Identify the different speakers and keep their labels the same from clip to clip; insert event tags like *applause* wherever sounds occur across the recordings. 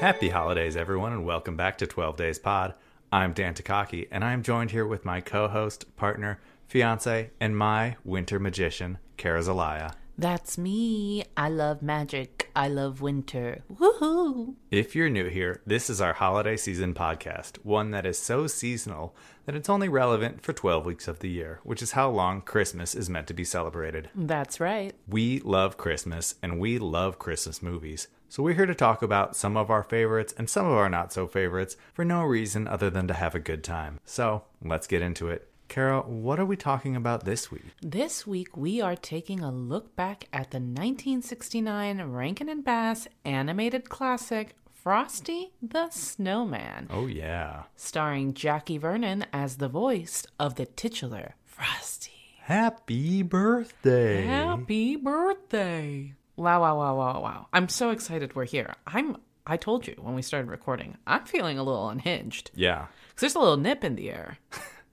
Speaker 1: Happy holidays, everyone, and welcome back to 12 Days Pod. I'm Dan Takaki, and I'm joined here with my co host, partner, fiance, and my winter magician, Kara Zelaya.
Speaker 2: That's me. I love magic. I love winter. Woohoo!
Speaker 1: If you're new here, this is our holiday season podcast, one that is so seasonal that it's only relevant for 12 weeks of the year, which is how long Christmas is meant to be celebrated.
Speaker 2: That's right.
Speaker 1: We love Christmas and we love Christmas movies. So we're here to talk about some of our favorites and some of our not so favorites for no reason other than to have a good time. So let's get into it. Kara, what are we talking about this week?
Speaker 2: This week we are taking a look back at the 1969 Rankin and Bass animated classic Frosty the Snowman,
Speaker 1: Oh, yeah.
Speaker 2: starring Jackie Vernon as the voice of the titular Frosty.
Speaker 1: Happy birthday.
Speaker 2: Happy birthday! Wow, wow, wow, wow, wow. I'm so excited we're here. I'm I told you when we started recording, I'm feeling a little unhinged.
Speaker 1: Yeah.
Speaker 2: 'Cause there's a little nip in the air.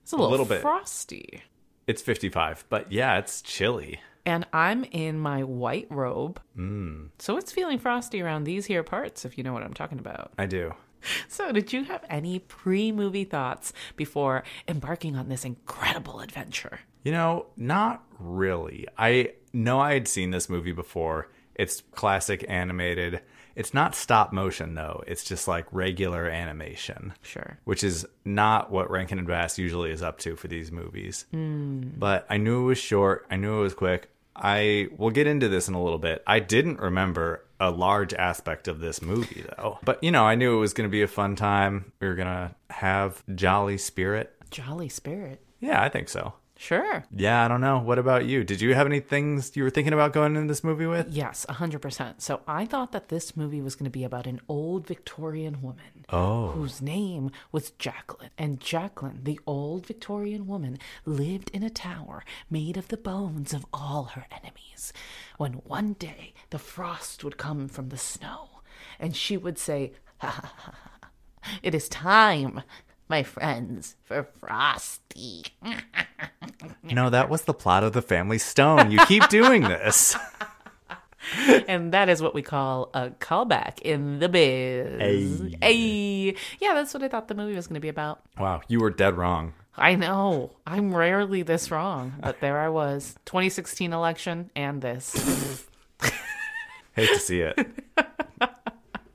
Speaker 2: It's a little,
Speaker 1: little bit.
Speaker 2: frosty.
Speaker 1: It's 55, but yeah, it's chilly.
Speaker 2: And I'm in my white robe. So it's feeling frosty around these here parts, if you know what I'm talking about.
Speaker 1: I do.
Speaker 2: So, did you have any pre movie thoughts before embarking on this incredible adventure?
Speaker 1: You know, not really. I know I had seen this movie before. It's classic animated. It's not stop motion though. It's just like regular animation,
Speaker 2: Sure.
Speaker 1: which is not what Rankin and Bass usually is up to for these movies. But I knew it was short. I knew it was quick. I will get into this in a little bit. I didn't remember a large aspect of this movie though. But you know, I knew it was going to be a fun time. We were going to have jolly spirit.
Speaker 2: Jolly spirit.
Speaker 1: Yeah, I think so.
Speaker 2: Sure.
Speaker 1: Yeah, I don't know. What about you? Did you have any things you were thinking about going into this movie with?
Speaker 2: Yes, 100%. So, I thought that this movie was going to be about an old Victorian woman.
Speaker 1: Oh.
Speaker 2: whose name was Jacqueline. And Jacqueline, the old Victorian woman, lived in a tower made of the bones of all her enemies. When one day the frost would come from the snow, and she would say, ha, ha, ha, ha, It is time, my friends, for Frosty.
Speaker 1: No, that was the plot of The Family Stone. You keep doing this. *laughs*
Speaker 2: and that is what we call a callback in the biz. Ay. Yeah, that's what I thought the movie was going to be about.
Speaker 1: Wow, you were dead wrong.
Speaker 2: I know. I'm rarely this wrong, but there I was. 2016 election and this.
Speaker 1: Hate to see it.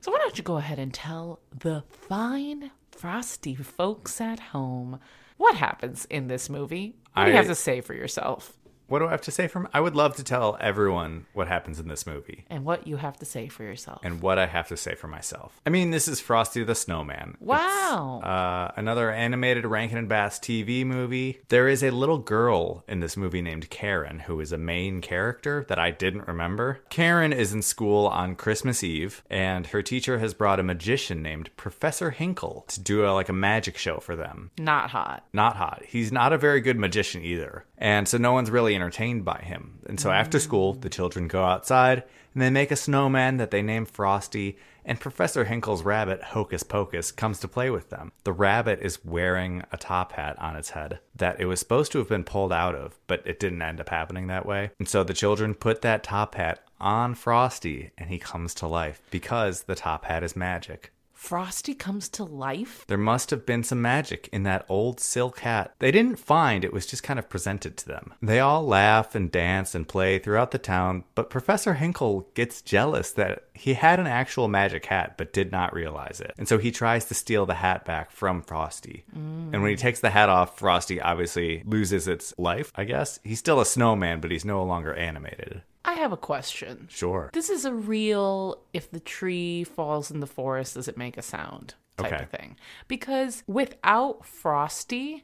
Speaker 2: So why don't you go ahead and tell the fine frosty folks at home what happens in this movie? What do you
Speaker 1: I-
Speaker 2: have to say for yourself
Speaker 1: What do I have to say from I would love to tell everyone what happens in this movie
Speaker 2: and what you have to say for yourself.
Speaker 1: and what I have to say for myself. I mean, this is Frosty the Snowman.
Speaker 2: wow.
Speaker 1: Uh, another animated Rankin and Bass TV movie. There is a little girl in this movie named Karen who is a main character that I didn't remember. Karen is in school on Christmas Eve, and her teacher has brought a magician named Professor Hinkle to do a, like a magic show for them.
Speaker 2: Not hot.
Speaker 1: Not hot. He's not a very good magician either, and so no one's really entertained by him. And so after school, the children go outside and they make a snowman that they name Frosty. And Professor Hinkle's rabbit, Hocus Pocus, comes to play with them. The rabbit is wearing a top hat on its head that it was supposed to have been pulled out of, but it didn't end up happening that way. And so the children put that top hat on Frosty, and he comes to life because the top hat is magic.
Speaker 2: Frosty comes to life.
Speaker 1: There must have been some magic in that old silk hat. They didn't find it was just kind of presented to them. They all laugh and dance and play throughout the town, but Professor Hinkle gets jealous that he had an actual magic hat but did not realize it. And so he tries to steal the hat back from Frosty. And when he takes the hat off, Frosty obviously loses its life, I guess. He's still a snowman, but he's no longer animated.
Speaker 2: I have a question.
Speaker 1: Sure.
Speaker 2: This is a real if the tree falls in the forest, does it make a sound type
Speaker 1: Okay.
Speaker 2: of thing. Because without Frosty,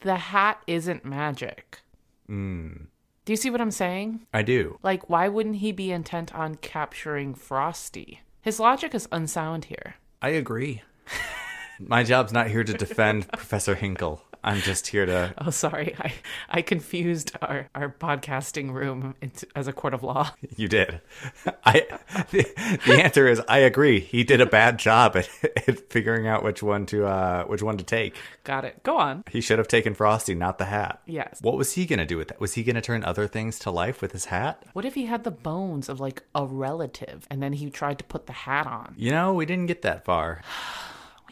Speaker 2: the hat isn't magic. Do you see what I'm saying?
Speaker 1: I do.
Speaker 2: Like, why wouldn't he be intent on capturing Frosty? His logic is unsound here. *laughs*
Speaker 1: *laughs* I agree. My job's not here to defend *laughs* Professor Hinkle. I'm just here to.
Speaker 2: Oh, sorry. I, I confused our, our podcasting room into, as a court of law. *laughs*
Speaker 1: You did. I. The, the answer is I agree. He did a bad job at, *laughs* at figuring out which one to uh, which one to take.
Speaker 2: Got it. Go on.
Speaker 1: He should have taken Frosty, not the hat.
Speaker 2: Yes.
Speaker 1: What was he gonna do with that? Was he gonna turn other things to life with his hat?
Speaker 2: What if he had the bones of like a relative and then he tried to put the hat on?
Speaker 1: You know, we didn't get that far.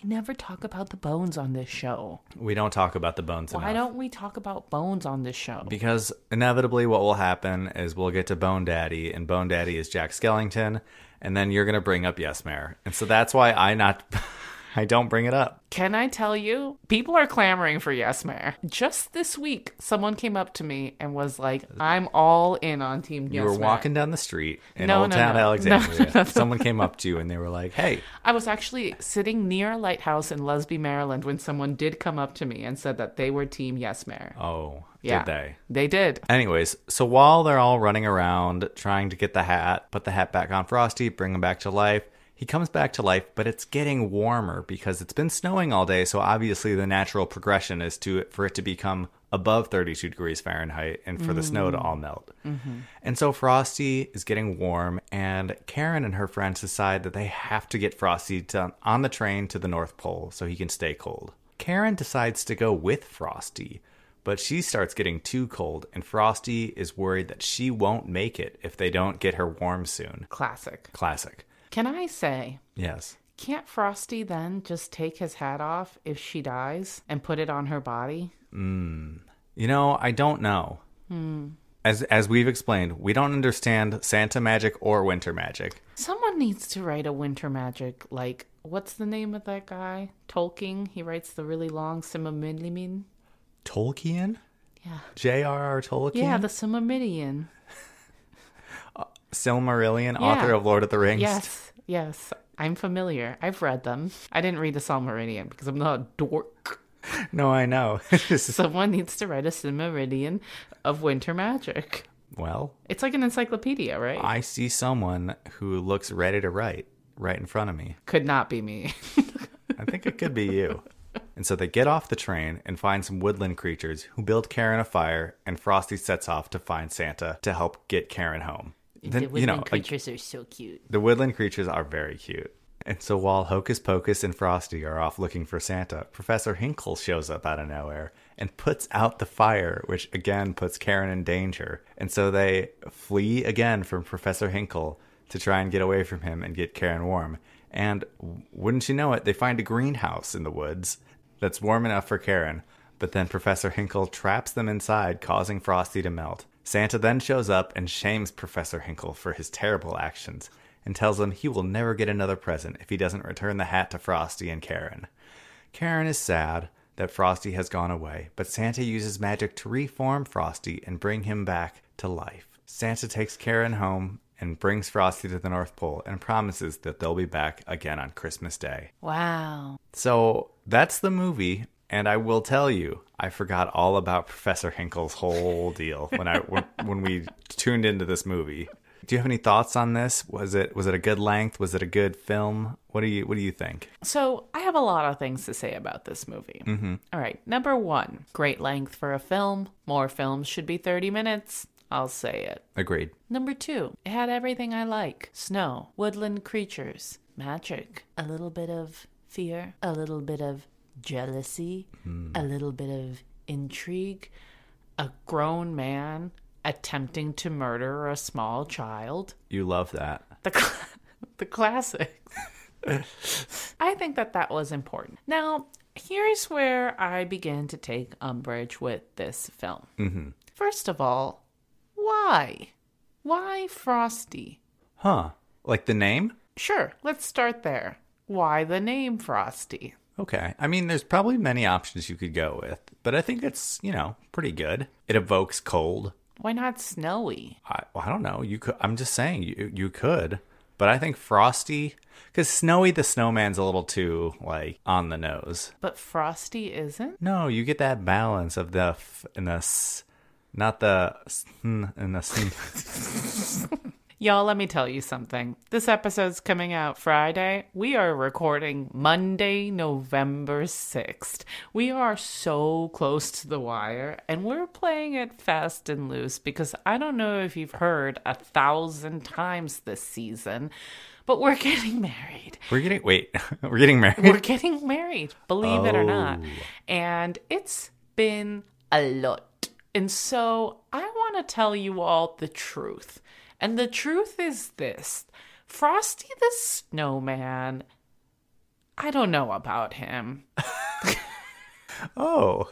Speaker 2: We never talk about the bones on this show.
Speaker 1: We don't talk about the bones
Speaker 2: Why
Speaker 1: enough.
Speaker 2: don't we talk about bones on this show?
Speaker 1: Because inevitably, what will happen is we'll get to Bone Daddy, and Bone Daddy is Jack Skellington, and then you're gonna bring up Yes Mayor, and so that's why I not, *laughs* I don't bring it up.
Speaker 2: Can I tell you? People are clamoring for Yes Mayor. Just this week, someone came up to me and was like, I'm all in on Team Yes
Speaker 1: You were
Speaker 2: Mayor."
Speaker 1: walking down the street in
Speaker 2: No,
Speaker 1: Old
Speaker 2: no,
Speaker 1: Town
Speaker 2: no. *laughs*
Speaker 1: Alexandria. Someone came up to you and they were like, "Hey,
Speaker 2: I was actually sitting near a lighthouse in Lesby, Maryland when someone did come up to me and said that they were Team Yes Mayor.
Speaker 1: oh,
Speaker 2: Yeah.
Speaker 1: did they?"
Speaker 2: They did.
Speaker 1: Anyways, so while they're all running around trying to get the hat, put the hat back on Frosty, bring him back to life, he comes back to life, but it's getting warmer because it's been snowing all day. So obviously, the natural progression is to for it to become above 32 degrees Fahrenheit and for the snow
Speaker 2: Mm.
Speaker 1: to all melt.
Speaker 2: Mm-hmm.
Speaker 1: And so Frosty is getting warm, and Karen and her friends decide that they have to get Frosty to, on the train to the North Pole so he can stay cold. Karen decides to go with Frosty. But she starts getting too cold, and Frosty is worried that she won't make it if they don't get her warm soon.
Speaker 2: Classic.
Speaker 1: Classic.
Speaker 2: Can I say,
Speaker 1: Yes.
Speaker 2: can't Frosty then just take his hat off if she dies and put it on her body?
Speaker 1: You know, I don't know. As as we've explained, we don't understand Santa magic or winter magic.
Speaker 2: Someone needs to write a winter magic like what's the name of that guy? Tolkien. He writes the really long Simamidian.
Speaker 1: Tolkien?
Speaker 2: Yeah.
Speaker 1: J.R.R. Tolkien?
Speaker 2: Yeah, the Simamidian.
Speaker 1: Silmarillion, author of Lord of the Rings.
Speaker 2: Yes. Yes. I'm familiar. I've read them. I didn't read the Silmarillion because I'm not a dork.
Speaker 1: *laughs* No, I know. *laughs* This is-
Speaker 2: Someone needs to write a Silmarillion of winter magic.
Speaker 1: well,
Speaker 2: It's like an encyclopedia, right?
Speaker 1: I see someone who looks ready to write right in front of me.
Speaker 2: Could not be me.
Speaker 1: I think it could be you. And so they get off the train and find some woodland creatures who build Karen a fire, and Frosty sets off to find Santa to help get Karen home. Then, you know, like,
Speaker 2: are so cute.
Speaker 1: the woodland creatures are very cute. And so while Hocus Pocus and Frosty are off looking for Santa, Professor Hinkle shows up out of nowhere and puts out the fire, which again puts Karen in danger. And so they flee again from Professor Hinkle to try and get away from him and get Karen warm. And w- wouldn't you know it, they find a greenhouse in the woods that's warm enough for Karen. But then Professor Hinkle traps them inside, causing Frosty to melt. Santa then shows up and shames Professor Hinkle for his terrible actions and tells him he will never get another present if he doesn't return the hat to Frosty and Karen. Karen is sad that Frosty has gone away, but Santa uses magic to reform Frosty and bring him back to life. Santa takes Karen home and brings Frosty to the North Pole and promises that they'll be back again on Christmas Day.
Speaker 2: Wow.
Speaker 1: So that's the movie, and I will tell you, I forgot all about Professor Hinkle's whole deal when I when, when we tuned into this movie. Do you have any thoughts on this? Was it was it a good length? Was it a good film? What do you what do you think?
Speaker 2: So I have a lot of things to say about this movie. Mm-hmm. right. Number one, great length for a film. More films should be 30 minutes. I'll say it.
Speaker 1: Agreed.
Speaker 2: Number two, it had everything I like snow, woodland creatures, magic, a little bit of fear, a little bit of jealousy, a little bit of intrigue, a grown man attempting to murder a small child.
Speaker 1: You love that.
Speaker 2: The, cl- *laughs* the classics. *laughs* I think that that was important. Now, here's where I begin to take umbrage with this film. Mm-hmm. First of all, why? Why Frosty?
Speaker 1: Huh. Like the name?
Speaker 2: Sure, let's start there. Why the name Frosty?
Speaker 1: Okay. I mean, there's probably many options you could go with, but I think it's, you know, pretty good. It evokes cold.
Speaker 2: Why not Snowy?
Speaker 1: I, well, I don't know. You could. I'm just saying you you could, but I think Frosty because Snowy the Snowman's a little too like on the nose.
Speaker 2: But Frosty isn't?
Speaker 1: No, you get that balance of the f and the s, not the s and the s.
Speaker 2: Y'all, let me tell you something. This episode's coming out Friday. We are recording Monday, November 6th. We are so close to the wire, and we're playing it fast and loose because I don't know if you've heard a thousand times this season, but we're *laughs* getting married.
Speaker 1: *laughs* We're getting wait, *laughs* we're getting married.
Speaker 2: *laughs* We're getting married, believe it or not. And it's been a lot. And so I want to tell you all the truth. And the truth is this Frosty the Snowman, I don't know about him.
Speaker 1: Oh,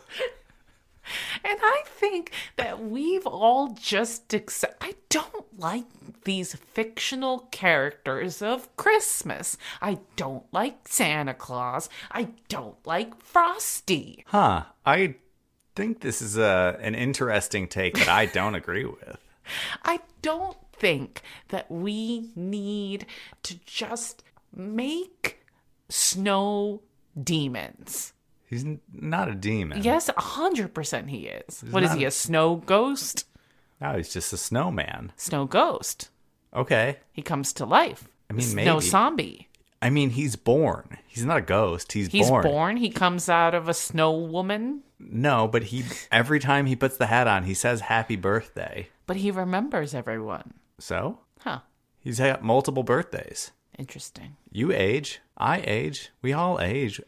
Speaker 2: And I think that we've all just accept. I don't like these fictional characters of Christmas. I don't like Santa Claus. I don't like Frosty.
Speaker 1: huh. I think this is a an interesting take that I don't agree with.
Speaker 2: I don't think that we need to just make snow demons.
Speaker 1: He's n- not a demon.
Speaker 2: Yes, 100% he is. What is
Speaker 1: not
Speaker 2: he, a snow ghost?
Speaker 1: No, he's just a snowman.
Speaker 2: Snow ghost.
Speaker 1: Okay.
Speaker 2: He comes to life.
Speaker 1: I mean,
Speaker 2: snow
Speaker 1: maybe.
Speaker 2: zombie.
Speaker 1: I mean, he's born. He's not a ghost. He's,
Speaker 2: He's born. He comes out of a snow woman,
Speaker 1: No, but he every time he puts the hat on, he says happy birthday.
Speaker 2: but he remembers everyone.
Speaker 1: So
Speaker 2: Huh.
Speaker 1: he's had multiple birthdays.
Speaker 2: Interesting.
Speaker 1: You age, I age, we all age.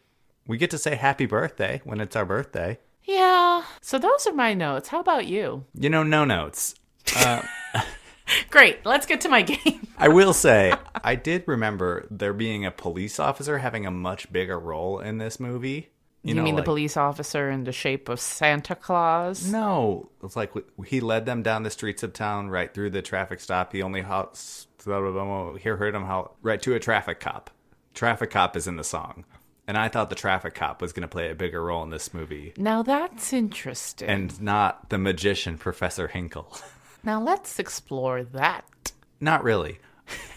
Speaker 1: We get to say happy birthday when it's our birthday.
Speaker 2: Yeah. So those are my notes. How about you?
Speaker 1: You know, no notes.
Speaker 2: Great. Let's get to my *laughs* game.
Speaker 1: I will say, I did remember there being a police officer having a much bigger role in this movie.
Speaker 2: You,
Speaker 1: know,
Speaker 2: mean the
Speaker 1: like-
Speaker 2: police officer in the shape of Santa Claus?
Speaker 1: No, it's like w- he led them down the streets of town, right through the traffic stop. He only ho- s- blah, blah, blah, blah, here heard him how right to a traffic cop. Traffic cop is in the song, and I thought the traffic cop was going to play a bigger role in this movie,
Speaker 2: Now that's interesting.
Speaker 1: and not the magician Professor Hinkle. *laughs*
Speaker 2: now let's explore that.
Speaker 1: not really.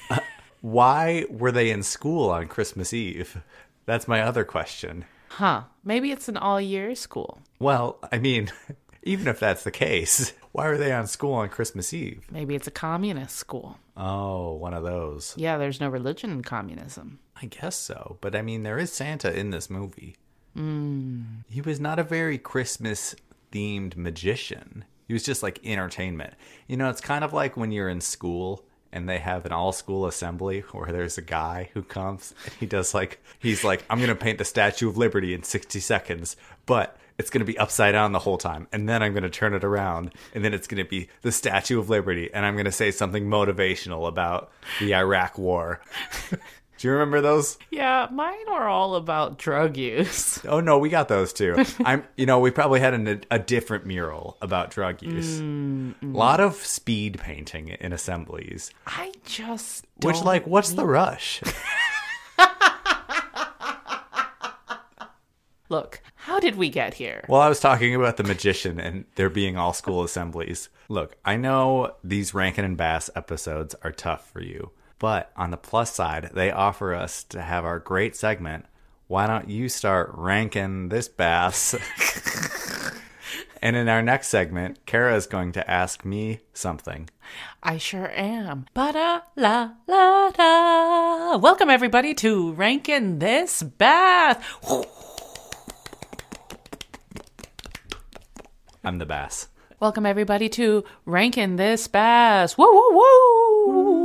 Speaker 1: Uh, why were they in school on Christmas Eve? That's my other question.
Speaker 2: Huh. Maybe it's an all year school.
Speaker 1: Well, I mean, *laughs* even if that's the case, *laughs* why were they on school on Christmas Eve?
Speaker 2: Maybe it's a communist school.
Speaker 1: Oh, one of those.
Speaker 2: Yeah, there's no religion in communism.
Speaker 1: I guess so, but I mean, there is Santa in this movie. He was not a very Christmas themed magician. He was just like entertainment. You know, it's kind of like when you're in school and they have an all school assembly where there's a guy who comes and he does like, he's like, I'm going to paint the Statue of Liberty in 60 seconds, but it's going to be upside down the whole time. And then I'm going to turn it around and then it's going to be the Statue of Liberty. And I'm going to say something motivational about the Iraq war. Do you remember those?
Speaker 2: Yeah, mine are all about drug use.
Speaker 1: Oh no, we got those too. I'm, you know, we probably had an, a different mural about drug use. A lot of speed painting in assemblies,
Speaker 2: *laughs* I just
Speaker 1: which,
Speaker 2: don't-
Speaker 1: like, what's the rush?
Speaker 2: look. How did we get here?
Speaker 1: well, I was talking about the magician and there being all school assemblies. Look, I know these Rankin and Bass episodes are tough for you, but on the plus side, they offer us to have our great segment. Why don't you start ranking this bass? *laughs* and in our next segment, Kara is going to ask me something.
Speaker 2: I sure am. Ba la la da. Welcome everybody to Rankin This Bath.
Speaker 1: I'm the bass.
Speaker 2: Welcome everybody to Rankin This Bass. Woo woo woo.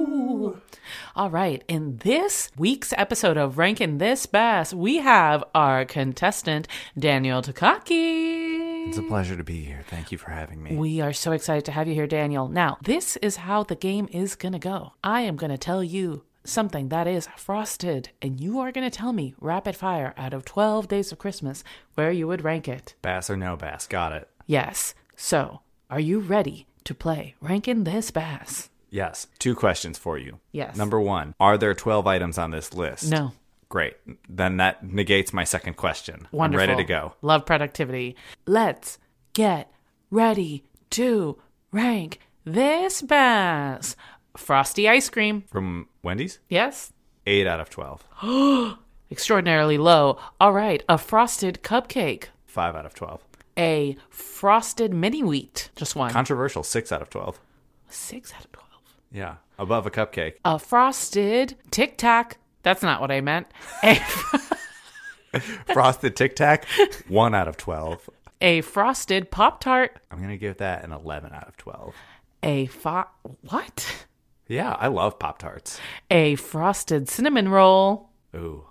Speaker 2: All right, in this week's episode of Rankin This Bass, we have our contestant Daniel Takaki.
Speaker 1: It's a pleasure to be here. Thank you for having me.
Speaker 2: We are so excited to have you here, Daniel. Now, this is how the game is going to go. I am going to tell you something that is frosted, and you are going to tell me rapid fire out of 12 days of Christmas where you would rank it.
Speaker 1: bass or no bass? Got it.
Speaker 2: Yes. So, are you ready to play Rankin' This Bass?
Speaker 1: Yes. Two questions for you.
Speaker 2: Yes.
Speaker 1: Number one Are there 12 items on this list?
Speaker 2: No.
Speaker 1: Great. Then that negates my second question.
Speaker 2: Wonderful.
Speaker 1: I'm ready to go.
Speaker 2: Love productivity. Let's get ready to rank this bass. Frosty ice cream.
Speaker 1: From Wendy's?
Speaker 2: Yes.
Speaker 1: Eight out of 12.
Speaker 2: extraordinarily low. All right, a frosted cupcake,
Speaker 1: Five out of 12.
Speaker 2: a frosted mini wheat, just one,
Speaker 1: Controversial. Six out of 12.
Speaker 2: six out of twelve.
Speaker 1: Yeah. Above a cupcake.
Speaker 2: *laughs* A frosted tic tac. That's not what I meant. A, *laughs*
Speaker 1: Frosted Tic Tac, 1 out of 12.
Speaker 2: a frosted Pop Tart.
Speaker 1: I'm going to give that an 11 out of 12.
Speaker 2: A fo- what?
Speaker 1: Yeah, I love Pop Tarts.
Speaker 2: A frosted cinnamon roll.
Speaker 1: Ooh.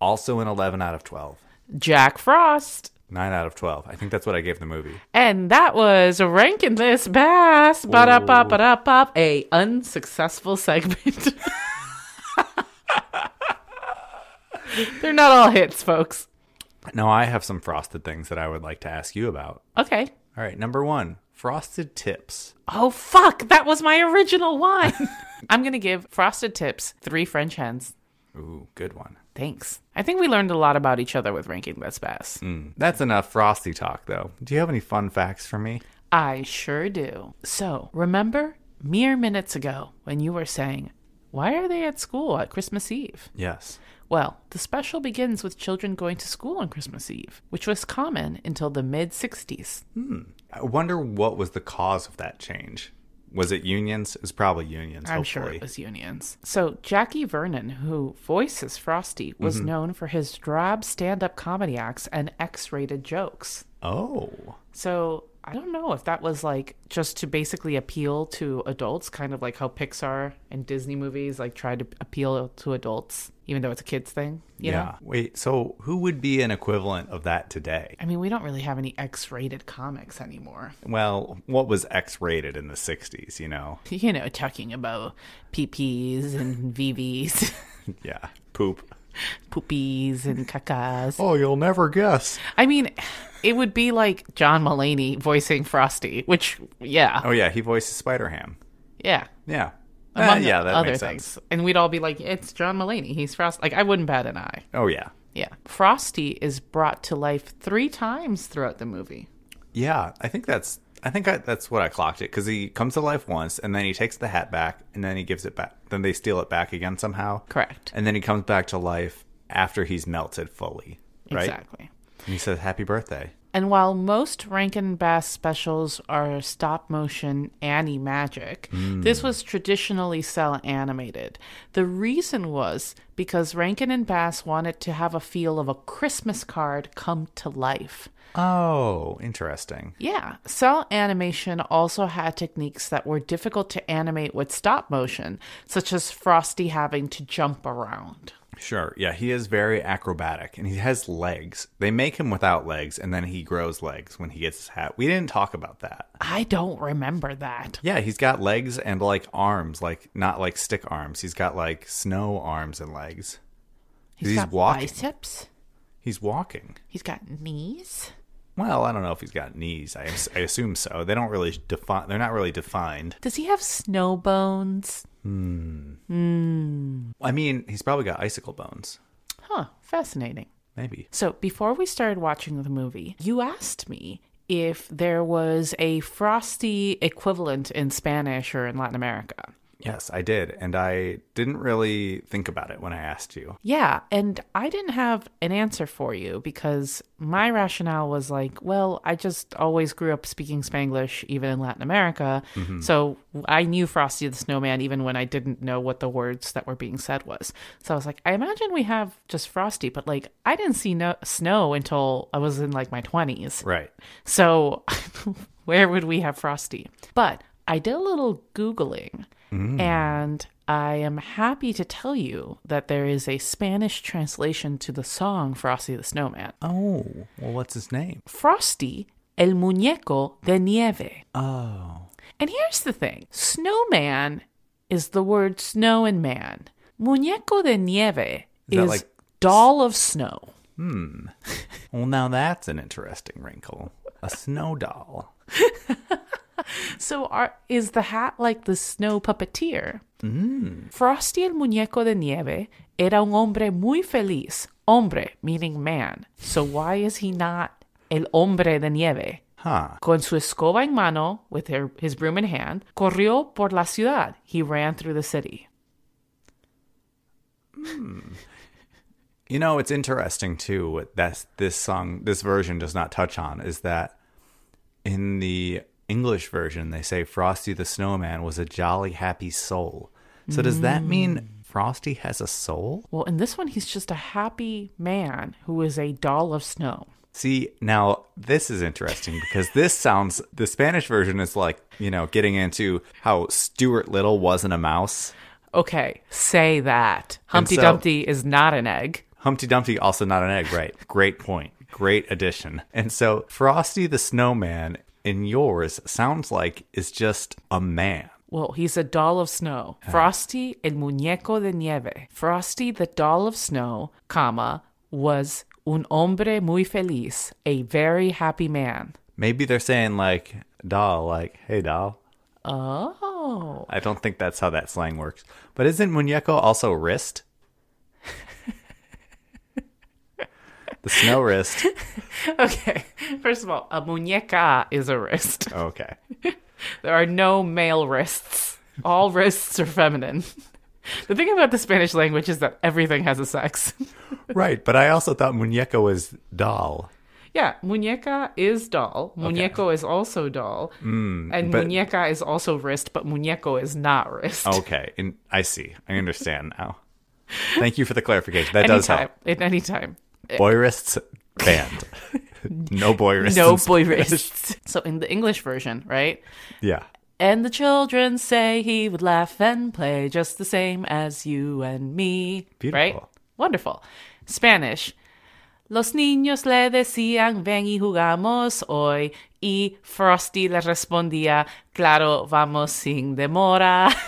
Speaker 1: Also an 11 out of 12.
Speaker 2: Jack Frost.
Speaker 1: 9 out of 12. I think that's what I gave the movie.
Speaker 2: And that was ranking this bass. Ba da ba ba da ba. A unsuccessful segment. *laughs* They're not all hits, folks.
Speaker 1: Now, I have some frosted things that I would like to ask you about.
Speaker 2: Okay.
Speaker 1: All right, number one, frosted tips.
Speaker 2: Oh fuck, that was my original one. *laughs* I'm gonna give Frosted Tips three French hens.
Speaker 1: Ooh, good one.
Speaker 2: Thanks. I think we learned a lot about each other with ranking this bass.
Speaker 1: That's enough frosty talk, though. Do you have any fun facts for me?
Speaker 2: I sure do. So remember mere minutes ago when you were saying, Why are they at school at Christmas Eve?
Speaker 1: Yes.
Speaker 2: Well, the special begins with children going to school on Christmas Eve, which was common until the mid 60s.
Speaker 1: I wonder what was the cause of that change. Was it unions? It was probably unions,
Speaker 2: I'm
Speaker 1: hopefully.
Speaker 2: sure it was unions. So Jackie Vernon, who voices Frosty, was known for his drab stand-up comedy acts and X-rated jokes.
Speaker 1: Oh.
Speaker 2: So I don't know if that was like just to basically appeal to adults, kind of like how Pixar and Disney movies like try to appeal to adults, even though it's a kids thing. You
Speaker 1: yeah.
Speaker 2: Know?
Speaker 1: Wait, so who would be an equivalent of that today?
Speaker 2: I mean, we don't really have any X-rated comics anymore.
Speaker 1: Well, what was X rated in the 60s, you know? *laughs*
Speaker 2: You know, talking about PPs and *laughs* VVs,
Speaker 1: Yeah. Poop.
Speaker 2: poopies and cacas.
Speaker 1: Oh, you'll never guess.
Speaker 2: I mean, it would be like John Mulaney voicing Frosty, which, yeah,
Speaker 1: Oh, yeah, he voices Spider Ham.
Speaker 2: yeah,
Speaker 1: Yeah. Eh,
Speaker 2: among
Speaker 1: yeah, that
Speaker 2: other
Speaker 1: makes
Speaker 2: things.
Speaker 1: sense.
Speaker 2: And we'd all be like, "It's John Mulaney. He's Frosty." Like, I wouldn't bat an eye.
Speaker 1: Oh, yeah.
Speaker 2: Yeah, Frosty is brought to life three times throughout the movie.
Speaker 1: Yeah, I think that's. I think I, that's what I clocked it because he comes to life once and then he takes the hat back and then he gives it back. Then they steal it back again somehow.
Speaker 2: Correct.
Speaker 1: And then he comes back to life after he's melted fully. Right?
Speaker 2: Exactly.
Speaker 1: And he says, Happy birthday.
Speaker 2: And while most Rankin Bass specials are stop motion Annie magic, this was traditionally cell animated. The reason was because Rankin and Bass wanted to have a feel of a Christmas card come to life.
Speaker 1: Oh, interesting.
Speaker 2: Yeah, cell animation also had techniques that were difficult to animate with stop motion, such as Frosty having to jump around.
Speaker 1: Sure. Yeah, he is very acrobatic and he has legs. They make him without legs and then he grows legs when he gets his hat. We didn't talk about that.
Speaker 2: I don't remember that.
Speaker 1: Yeah, he's got legs and like arms, like not like stick arms. He's got like snow arms and legs. He's
Speaker 2: got
Speaker 1: walking.
Speaker 2: biceps.
Speaker 1: He's walking.
Speaker 2: He's got knees.
Speaker 1: Well, I don't know if he's got knees. I, I assume so. They don't really define. They're not really defined.
Speaker 2: Does he have snow bones?
Speaker 1: I mean, he's probably got icicle bones.
Speaker 2: Huh, fascinating.
Speaker 1: Maybe.
Speaker 2: So, before we started watching the movie, you asked me if there was a frosty equivalent in Spanish or in Latin America.
Speaker 1: Yes, I did, and I didn't really think about it when I asked you.
Speaker 2: Yeah, and I didn't have an answer for you because my rationale was like, well, I just always grew up speaking Spanglish, even in Latin America. So I knew Frosty the Snowman even when I didn't know what the words that were being said was. So I was like, I imagine we have just Frosty, but like I didn't see no- snow until I was in like my 20s.
Speaker 1: Right.
Speaker 2: So, *laughs* where would we have Frosty? But I did a little Googling
Speaker 1: Mm.
Speaker 2: and I am happy to tell you that there is a Spanish translation to the song Frosty the Snowman.
Speaker 1: Oh, well, what's his name?
Speaker 2: Frosty, el muñeco de nieve.
Speaker 1: Oh.
Speaker 2: And here's the thing snowman is the word snow and man, muñeco de nieve
Speaker 1: Is
Speaker 2: is,
Speaker 1: that like-
Speaker 2: doll of snow.
Speaker 1: Well, now that's an interesting wrinkle. A snow doll.
Speaker 2: So are, is the hat like the snow puppeteer? Frosty el muñeco de nieve era un hombre muy feliz. Hombre meaning man. So why is he not el hombre de nieve?
Speaker 1: Huh.
Speaker 2: Con su escoba en mano, with her, his broom in hand, corrió por la ciudad. He ran through the city.
Speaker 1: You know, it's interesting too what that's this song this version does not touch on is that in the English version, they say Frosty the Snowman was a jolly, happy soul. So does that mean Frosty has a soul?
Speaker 2: Well, in this one, he's just a happy man who is a doll of snow.
Speaker 1: See, now this is interesting because this sounds the Spanish version is like, you know, getting into how Stuart Little wasn't a mouse.
Speaker 2: Okay, say that. Humpty
Speaker 1: so-
Speaker 2: Dumpty is not an egg.
Speaker 1: Humpty Dumpty also not an egg, right? Great point. Great addition. And so Frosty the Snowman in yours sounds like is just a man.
Speaker 2: Well, he's a doll of snow. Frosty el muñeco de nieve. Frosty the doll of snow, comma, was un hombre muy feliz, a very happy man.
Speaker 1: Maybe they're saying like doll, like, hey doll.
Speaker 2: Oh.
Speaker 1: I don't think that's how that slang works. But isn't muñeco also wrist? the snow wrist.
Speaker 2: *laughs* Okay. First of all, a muñeca is a wrist.
Speaker 1: Okay.
Speaker 2: There are no male wrists. All wrists are feminine. *laughs* The thing about the Spanish language is that everything has a sex. *laughs*
Speaker 1: Right, but I also thought muñeco was doll.
Speaker 2: yeah, muñeca is doll. Muñeco is also doll. and
Speaker 1: Hmm, but- Oh,
Speaker 2: muñeca is also wrist, but muñeco is not wrist.
Speaker 1: Okay, and I see. I understand now. Thank you for the *laughs* clarification. That does help.
Speaker 2: anytime. At any time.
Speaker 1: Boy wrists
Speaker 2: *laughs*
Speaker 1: banned. no boy wrists.
Speaker 2: No
Speaker 1: in *laughs*
Speaker 2: boy
Speaker 1: Spanish.
Speaker 2: wrists. So in the English version, right?
Speaker 1: Yeah.
Speaker 2: And the children say he would laugh and play just the same as you and me. Right?
Speaker 1: Beautiful.
Speaker 2: Wonderful. Spanish. Los niños le decían, ven y jugamos hoy. Y Frosty le respondía, claro, vamos sin demora. *laughs*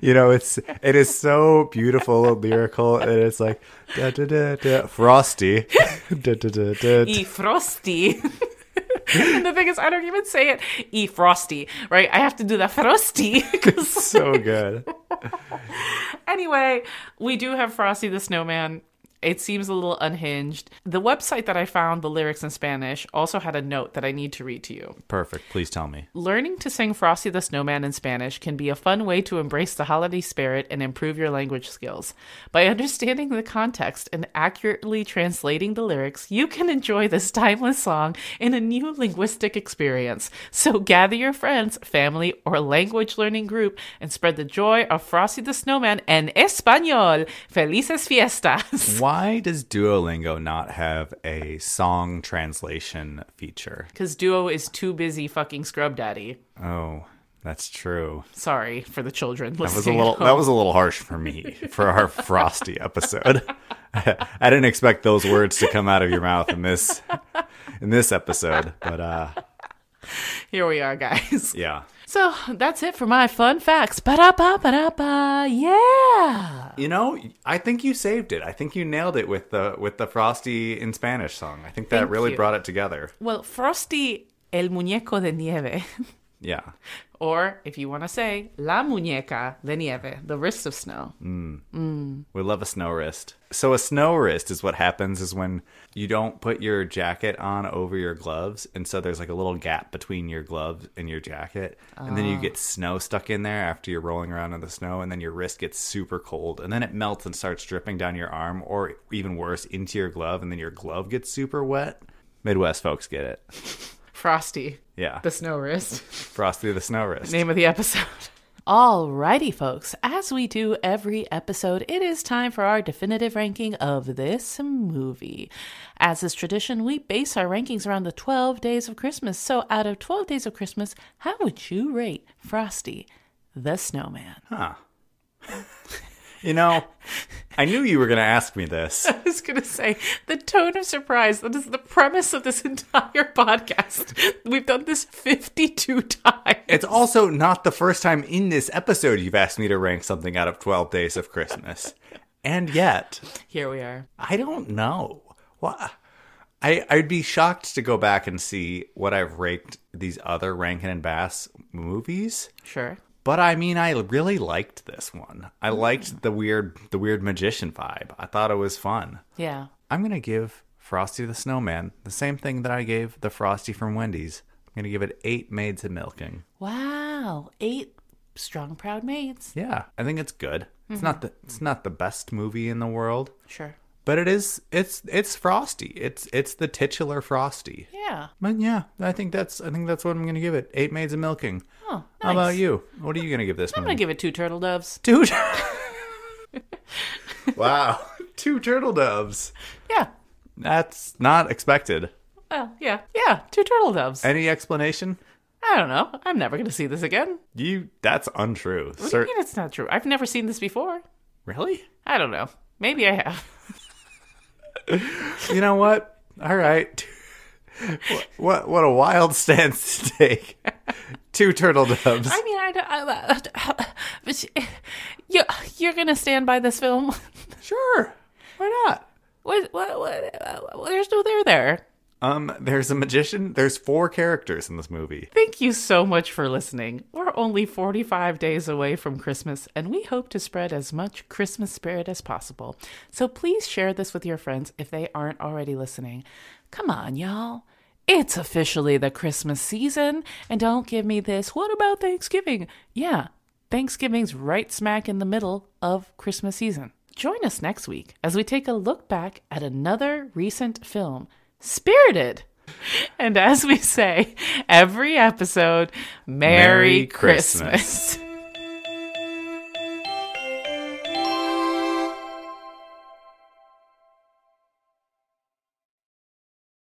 Speaker 1: You know, it's it is so beautiful and lyrical and it's like da da da da
Speaker 2: *laughs*
Speaker 1: frosty. da, da, da, da, da.
Speaker 2: Y E Frosty. *laughs* and the thing is, I don't even say it. E Frosty, right? I have to do the Frosty *laughs* 'cause
Speaker 1: So good.
Speaker 2: Anyway, we do have Frosty the Snowman. It seems a little unhinged. The website that I found the lyrics in Spanish also had a note that I need to read to you.
Speaker 1: Perfect. Please tell me.
Speaker 2: Learning to sing Frosty the Snowman in Spanish can be a fun way to embrace the holiday spirit and improve your language skills. By understanding the context and accurately translating the lyrics, you can enjoy this timeless song in a new linguistic experience. So gather your friends, family, or language learning group and spread the joy of Frosty the Snowman en español. Felices fiestas! *laughs*
Speaker 1: Why does Duolingo not have a song translation feature?
Speaker 2: Because Duo is too busy fucking Scrub Daddy.
Speaker 1: Oh, that's true.
Speaker 2: Sorry for the children listening.
Speaker 1: That was a
Speaker 2: at
Speaker 1: little
Speaker 2: home.
Speaker 1: that was a little harsh for me for our frosty episode. *laughs* I didn't expect those words to come out of your mouth in this in this episode, but uh
Speaker 2: *laughs* Here we are, guys.
Speaker 1: yeah.
Speaker 2: So that's it for my fun facts. Ba da ba ba da ba. Yeah.
Speaker 1: You know, I think you saved it. I think you nailed it with the with the frosty in Spanish song. I think that
Speaker 2: Thank
Speaker 1: really
Speaker 2: you.
Speaker 1: brought it together.
Speaker 2: Well, Frosty el muñeco de nieve,
Speaker 1: Yeah.
Speaker 2: *laughs* or if you want to say la muñeca de nieve, the wrist of snow.
Speaker 1: We love a snow wrist. So a snow wrist is what happens is when you don't put your jacket on over your gloves, and so there's like a little gap between your gloves and your jacket, and then you get snow stuck in there after you're rolling around in the snow, and then your wrist gets super cold, and then it melts and starts dripping down your arm, or even worse, into your glove, and then your glove gets super wet. Midwest folks get it.
Speaker 2: Frosty,
Speaker 1: Yeah,
Speaker 2: the snow wrist.
Speaker 1: frosty the snow wrist.
Speaker 2: Name of the episode. *laughs* Alrighty, folks. As we do every episode, it is time for our definitive ranking of this movie. As is tradition, we base our rankings around the 12 days of Christmas. So, out of 12 days of Christmas, how would you rate Frosty the Snowman?
Speaker 1: You know, I knew you were going to ask me this.
Speaker 2: *laughs* I was going to say the tone of surprise. That is the premise of this *laughs* entire podcast. We've done this 52 times.
Speaker 1: It's also not the first time in this episode you've asked me to rank something out of 12 Days of Christmas. and yet,
Speaker 2: Here we are.
Speaker 1: I don't know. Why? I, I'd be shocked to go back and see what I've raked these other Rankin and Bass movies.
Speaker 2: Sure.
Speaker 1: But I mean, I really liked this one. I liked the weird, the weird magician vibe. I thought it was fun.
Speaker 2: Yeah.
Speaker 1: I'm gonna give Frosty the Snowman the same thing that I gave the Frosty from Wendy's. I'm gonna give it eight maids of milking.
Speaker 2: Wow. Eight strong, proud maids. Mm-hmm.
Speaker 1: Yeah, I think it's good. It's not the it's not the best movie in the world,
Speaker 2: Sure.
Speaker 1: but it is it's it's Frosty. It's it's the titular Frosty.
Speaker 2: Yeah.
Speaker 1: But yeah, I think that's I think that's what I'm gonna give it. Eight maids of milking.
Speaker 2: Oh,
Speaker 1: How about
Speaker 2: nice.
Speaker 1: you? What are you gonna give
Speaker 2: *laughs*
Speaker 1: this
Speaker 2: I'm gonna
Speaker 1: movie?
Speaker 2: give it two turtle doves.
Speaker 1: Dude. wow, *laughs* two turtle doves.
Speaker 2: Yeah.
Speaker 1: That's not expected.
Speaker 2: Well, yeah, yeah, two turtle doves.
Speaker 1: Any explanation?
Speaker 2: I don't know. I'm never gonna see this again.
Speaker 1: You that's untrue.
Speaker 2: What
Speaker 1: Sir,
Speaker 2: do you mean it's not true? I've never seen this before.
Speaker 1: really?
Speaker 2: I don't know. Maybe I have.
Speaker 1: You know what? All right. *laughs* What- what what a wild *laughs* stance to take. Two turtle doves.
Speaker 2: *laughs* I mean, I don't. I, uh, but you- *laughs* you, you're gonna stand by this film? *laughs*
Speaker 1: Sure. Why not?
Speaker 2: what, what, what, uh, there's no there there.
Speaker 1: Um, there's a magician. There's four characters in this movie.
Speaker 2: Thank you so much for listening. We're only 45 days away from Christmas, and we hope to spread as much Christmas spirit as possible. So please share this with your friends if they aren't already listening. Come on, y'all. It's officially the Christmas season, and don't give me this. What about Thanksgiving? Yeah, Thanksgiving's right smack in the middle of Christmas season. Join us next week as we take a look back at another recent film, Spirited. *laughs* And as we say every episode, Merry,
Speaker 1: Merry
Speaker 2: Christmas.